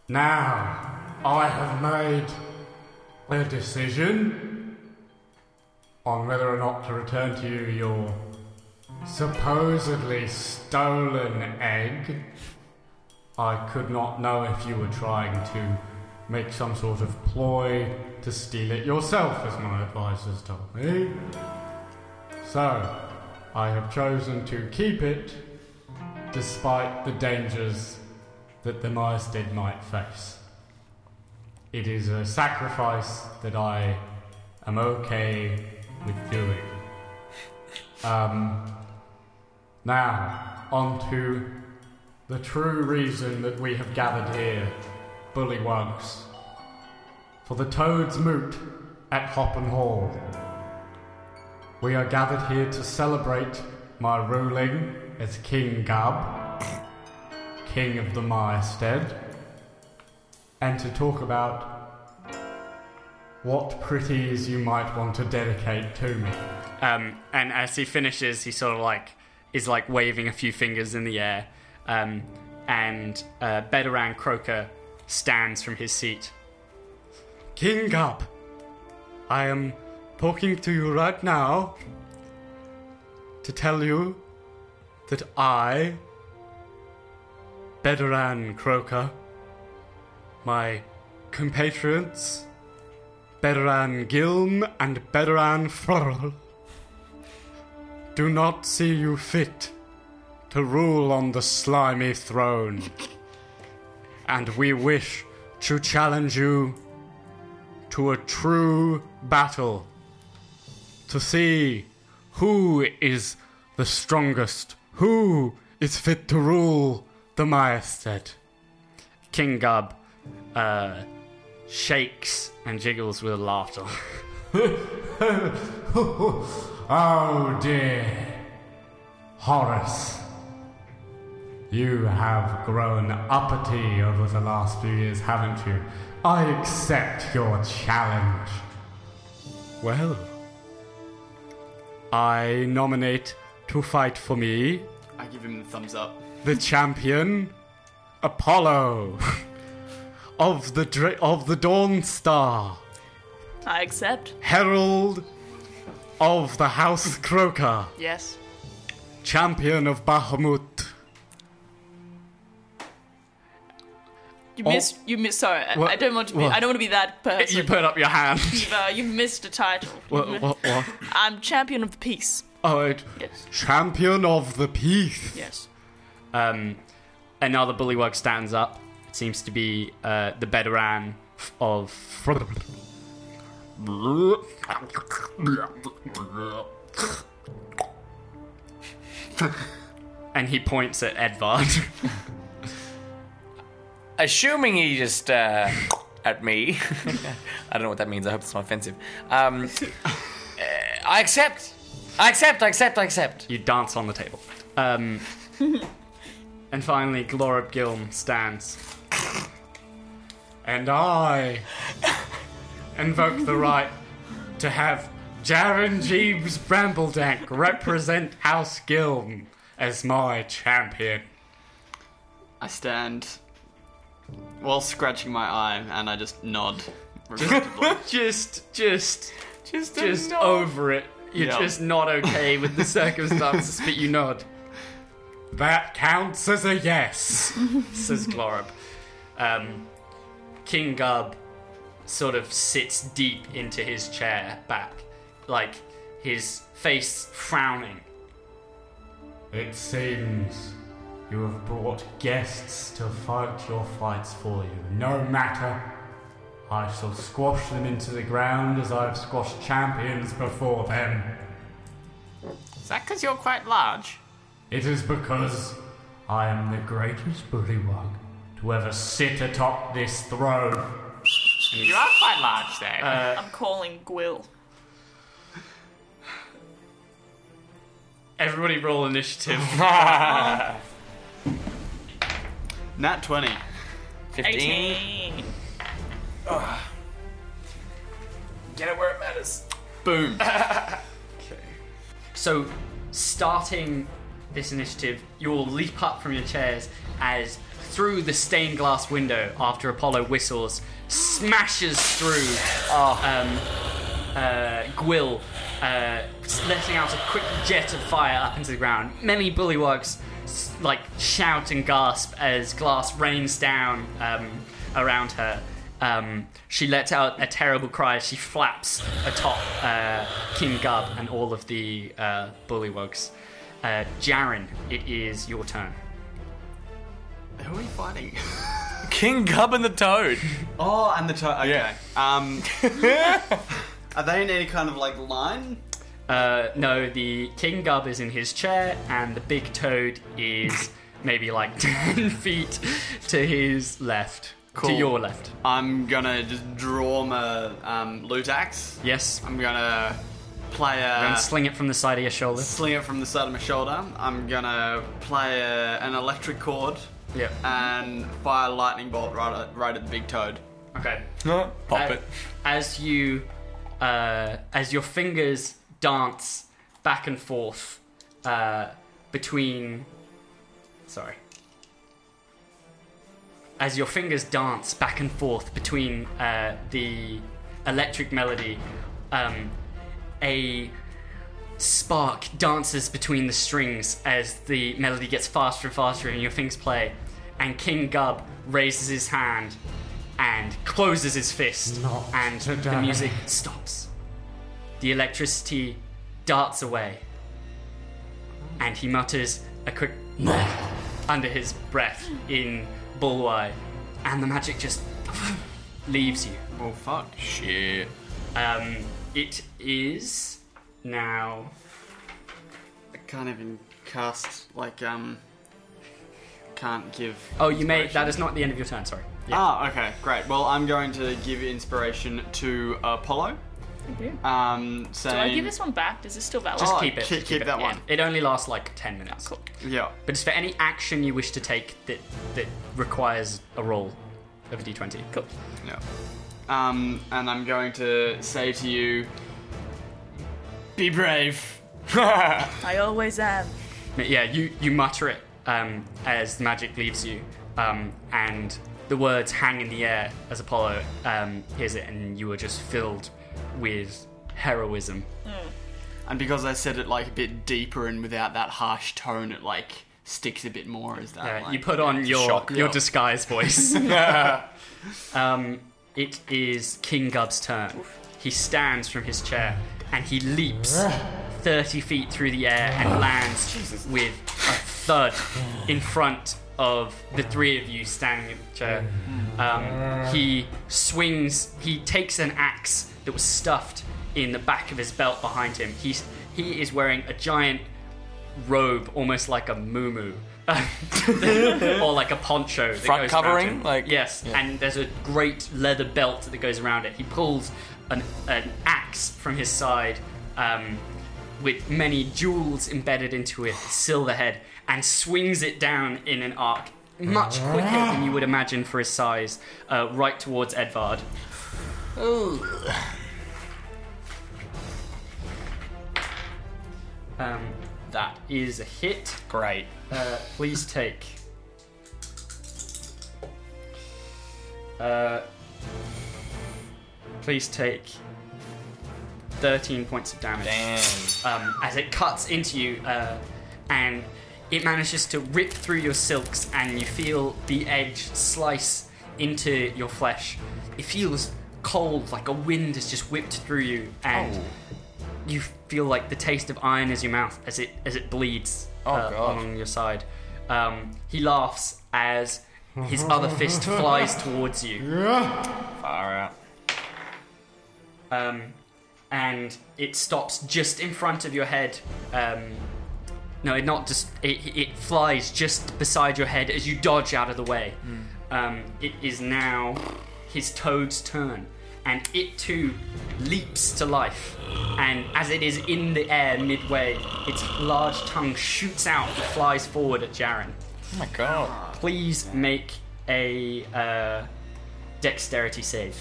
Speaker 9: Now, I have made a decision on whether or not to return to you your supposedly stolen egg. I could not know if you were trying to make some sort of ploy to steal it yourself, as my advisors told me. So, I have chosen to keep it despite the dangers that the Maestid might face. It is a sacrifice that I am okay with doing. Um, now, on to the true reason that we have gathered here, Bullywugs, for the Toad's Moot at Hoppen Hall. We are gathered here to celebrate my ruling as King Gub, King of the Myrestead, and to talk about what pretties you might want to dedicate to me.
Speaker 2: Um, and as he finishes, he sort of like is like waving a few fingers in the air. Um, and uh, Bedaran Croker stands from his seat.
Speaker 9: King Gub, I am talking to you right now to tell you that I, Bedaran Croker, my compatriots, Bedaran Gilm and Bedaran Flurl, do not see you fit to rule on the slimy throne. and we wish to challenge you to a true battle to see who is the strongest, who is fit to rule the Maestet.
Speaker 2: King Gub uh, shakes and jiggles with laughter.
Speaker 9: oh dear. Horace, you have grown uppity over the last few years, haven't you? I accept your challenge. Well, I nominate to fight for me
Speaker 7: I give him the thumbs up.
Speaker 9: the champion Apollo of the dra- of the Dawn Star.
Speaker 5: I accept.
Speaker 9: Herald of the House Croker,
Speaker 5: Yes.
Speaker 9: champion of Bahamut.
Speaker 5: You
Speaker 9: Oh.
Speaker 5: missed. You missed. Sorry, I- I
Speaker 9: What?
Speaker 5: don't want to be.
Speaker 9: What?
Speaker 5: I don't want to be that person.
Speaker 2: you put up your hand.
Speaker 5: You've, uh, you've missed a title.
Speaker 9: Uh, What? What? what?
Speaker 5: I'm champion of the peace.
Speaker 9: Oh, it-
Speaker 5: Yes.
Speaker 9: champion of the peace.
Speaker 5: Yes.
Speaker 2: Um, another bullywug stands up. It seems to be uh, the Bedaran of. and he points at Edvard.
Speaker 4: Assuming he just uh, at me, I don't know what that means. I hope it's not offensive. Um, uh, I accept. I accept. I accept. I accept.
Speaker 2: you dance on the table. Um, and finally, Glorib Gilm stands.
Speaker 9: And I invoke the right to have Jaren Jeeves Brambledank represent House Gilm as my champion.
Speaker 7: I stand while scratching my eye and I just nod.
Speaker 2: Just, just,
Speaker 7: just,
Speaker 2: just over it. You're
Speaker 7: Yeah.
Speaker 2: just not okay with the circumstances, but you nod,
Speaker 9: That counts as a yes.
Speaker 2: says Glorib. Um, King Gub sort of sits deep into his chair back, like his face frowning.
Speaker 9: It seems you have brought guests to fight your fights for you. No matter. I shall squash them into the ground as I've squashed champions before them.
Speaker 8: Is that because you're quite large?
Speaker 9: It is because I am the greatest bullywug to ever sit atop this throne.
Speaker 8: You are quite large, though.
Speaker 5: I'm calling Gwill.
Speaker 2: Everybody roll initiative.
Speaker 7: Nat 20.
Speaker 4: Fifteen.
Speaker 5: 18.
Speaker 4: Get it where it matters.
Speaker 7: Boom.
Speaker 2: Okay. So, starting this initiative, you all leap up from your chairs as through the stained glass window after Apollo whistles, smashes through um, uh, Gwill, uh, letting out a quick jet of fire up into the ground. Many bullywogs s- like shout and gasp as glass rains down um, around her. Um, she lets out a terrible cry as she flaps atop uh, King Gub and all of the uh, bullywogs. Uh, Jaren, it is your turn.
Speaker 7: Who are we fighting?
Speaker 4: King Gub and the Toad.
Speaker 7: Oh, and the toad. Okay.
Speaker 4: Yeah.
Speaker 7: Um, are they in any kind of like line?
Speaker 2: Uh, no, the King Gub is in his chair, and the big toad is maybe like 10 feet to his left. To
Speaker 7: Cool.
Speaker 2: your left.
Speaker 7: I'm gonna just draw my um, loot axe.
Speaker 2: Yes.
Speaker 7: I'm gonna play
Speaker 2: And
Speaker 7: a
Speaker 2: sling it from the side of your shoulder.
Speaker 7: sling it from the side of my shoulder. I'm gonna play a, an electric cord
Speaker 2: Yep.
Speaker 7: and fire a lightning bolt right at, right at the big toad.
Speaker 2: Okay.
Speaker 4: Pop
Speaker 2: Uh,
Speaker 4: it.
Speaker 2: As you, uh, as your fingers dance back and forth uh, between, sorry, as your fingers dance back and forth between uh, the electric melody, um, a spark dances between the strings as the melody gets faster and faster and your fingers play. And King Gub raises his hand and closes his fist.
Speaker 3: Not
Speaker 2: and the
Speaker 3: today.
Speaker 2: music stops. The electricity darts away. And he mutters a quick under his breath in Bulwai. And the magic just leaves you.
Speaker 7: Oh fuck!
Speaker 4: Shit.
Speaker 2: Um, it is now
Speaker 7: I can't even cast like um. Can't give.
Speaker 2: Oh, you may. That is not the end of your turn. Sorry. Yeah.
Speaker 7: Ah, okay, great. Well, I'm going to give inspiration to Apollo. Um, saying,
Speaker 5: Do I give this one back? Is this still valid?
Speaker 7: Just-
Speaker 2: Just keep it.
Speaker 7: keep- Ah, keep that
Speaker 2: yeah.
Speaker 7: one.
Speaker 2: It only lasts like ten minutes.
Speaker 5: Cool.
Speaker 7: yeah.
Speaker 2: But it's for any action you wish to take that that requires a roll of a d20. Cool.
Speaker 7: Yeah. Um, and I'm going to say to you, be brave.
Speaker 5: I always am.
Speaker 2: Yeah. You you mutter it um, as the magic leaves you, um, and the words hang in the air as Apollo um, hears it, and you are just filled with heroism.
Speaker 7: And because I said it like a bit deeper and without that harsh tone, it like sticks a bit more. Is that?
Speaker 2: Uh,
Speaker 7: like-
Speaker 2: you put on your
Speaker 4: shock.
Speaker 2: your disguise voice. um, it is King Gub's turn. He stands from his chair and he leaps thirty feet through the air and lands with a thud in front of the three of you standing in the chair. Um, he swings. He takes an axe that was stuffed in the back of his belt behind him. He's he is wearing a giant robe, almost like a muumuu. or like a poncho, that
Speaker 4: Front
Speaker 2: goes
Speaker 4: covering?
Speaker 2: around him.
Speaker 4: Like-
Speaker 2: yes,
Speaker 4: yeah.
Speaker 2: and there's a great leather belt that goes around it. He pulls an, an axe from his side, um, with many jewels embedded into it, silver head, and swings it down in an arc, much quicker than you would imagine for his size, uh, right towards Edvard. Um, that is a hit.
Speaker 4: Great.
Speaker 2: Uh, please take. Uh, please take 13 points of damage
Speaker 4: Damn.
Speaker 2: um, as it cuts into you, uh, and it manages to rip through your silks, and you feel the edge slice into your flesh. It feels cold, like a wind has just whipped through you, and
Speaker 4: Oh.
Speaker 2: you feel like the taste of iron is your mouth as it as it bleeds
Speaker 4: Oh,
Speaker 2: uh,
Speaker 4: God.
Speaker 2: along your side. Um, he laughs as his other fist flies towards you.
Speaker 4: Far out.
Speaker 2: um, and it stops just in front of your head. Um, no, it not just it, it flies just beside your head as you dodge out of the way.
Speaker 4: Hmm.
Speaker 2: Um, it is now his toad's turn, and it too leaps to life. And as it is in the air midway, its large tongue shoots out and flies forward at Jaren.
Speaker 4: Oh my god.
Speaker 2: Please make a uh, dexterity save.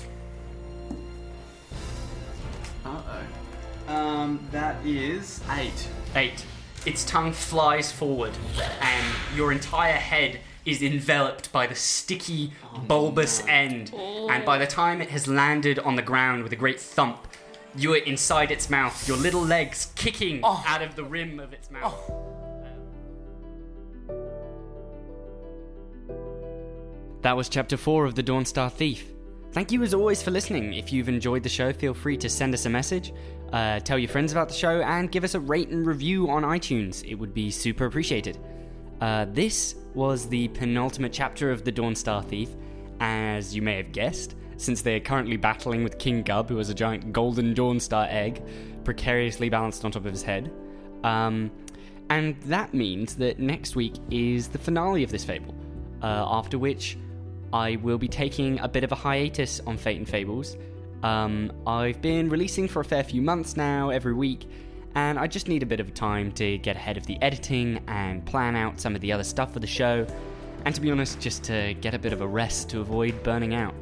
Speaker 7: Uh-oh. Um, that is eight.
Speaker 10: Eight. Its tongue flies forward, and your entire head is enveloped by the sticky, bulbous end. And by the time it has landed on the ground with a great thump, you are inside its mouth, your little legs kicking out of the rim of its mouth.
Speaker 2: That was chapter 4 of The Dawnstar Thief. Thank you as always for listening. If you've enjoyed the show, feel free to send us a message, uh, tell your friends about the show, and give us a rate and review on iTunes. It would be super appreciated. Uh, this was the penultimate chapter of The Dawnstar Thief, as you may have guessed, since they are currently battling with King Gub, who has a giant golden Dawnstar egg precariously balanced on top of his head. Um, and that means that next week is the finale of this fable, uh, after which I will be taking a bit of a hiatus on Fate and Fables. Um, I've been releasing for a fair few months now, every week, and I just need a bit of time to get ahead of the editing and plan out some of the other stuff for the show, and to be honest, just to get a bit of a rest to avoid burning out.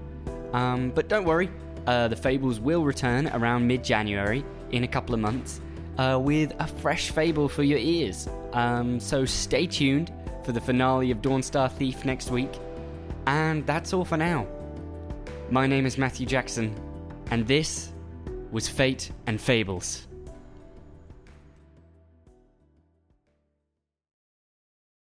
Speaker 2: Um, but don't worry, uh, the Fables will return around mid January in a couple of months uh, with a fresh fable for your ears. Um, so stay tuned for the finale of Dawnstar Thief next week. And that's all for now. My name is Matthew Jackson, and this was Fate and Fables.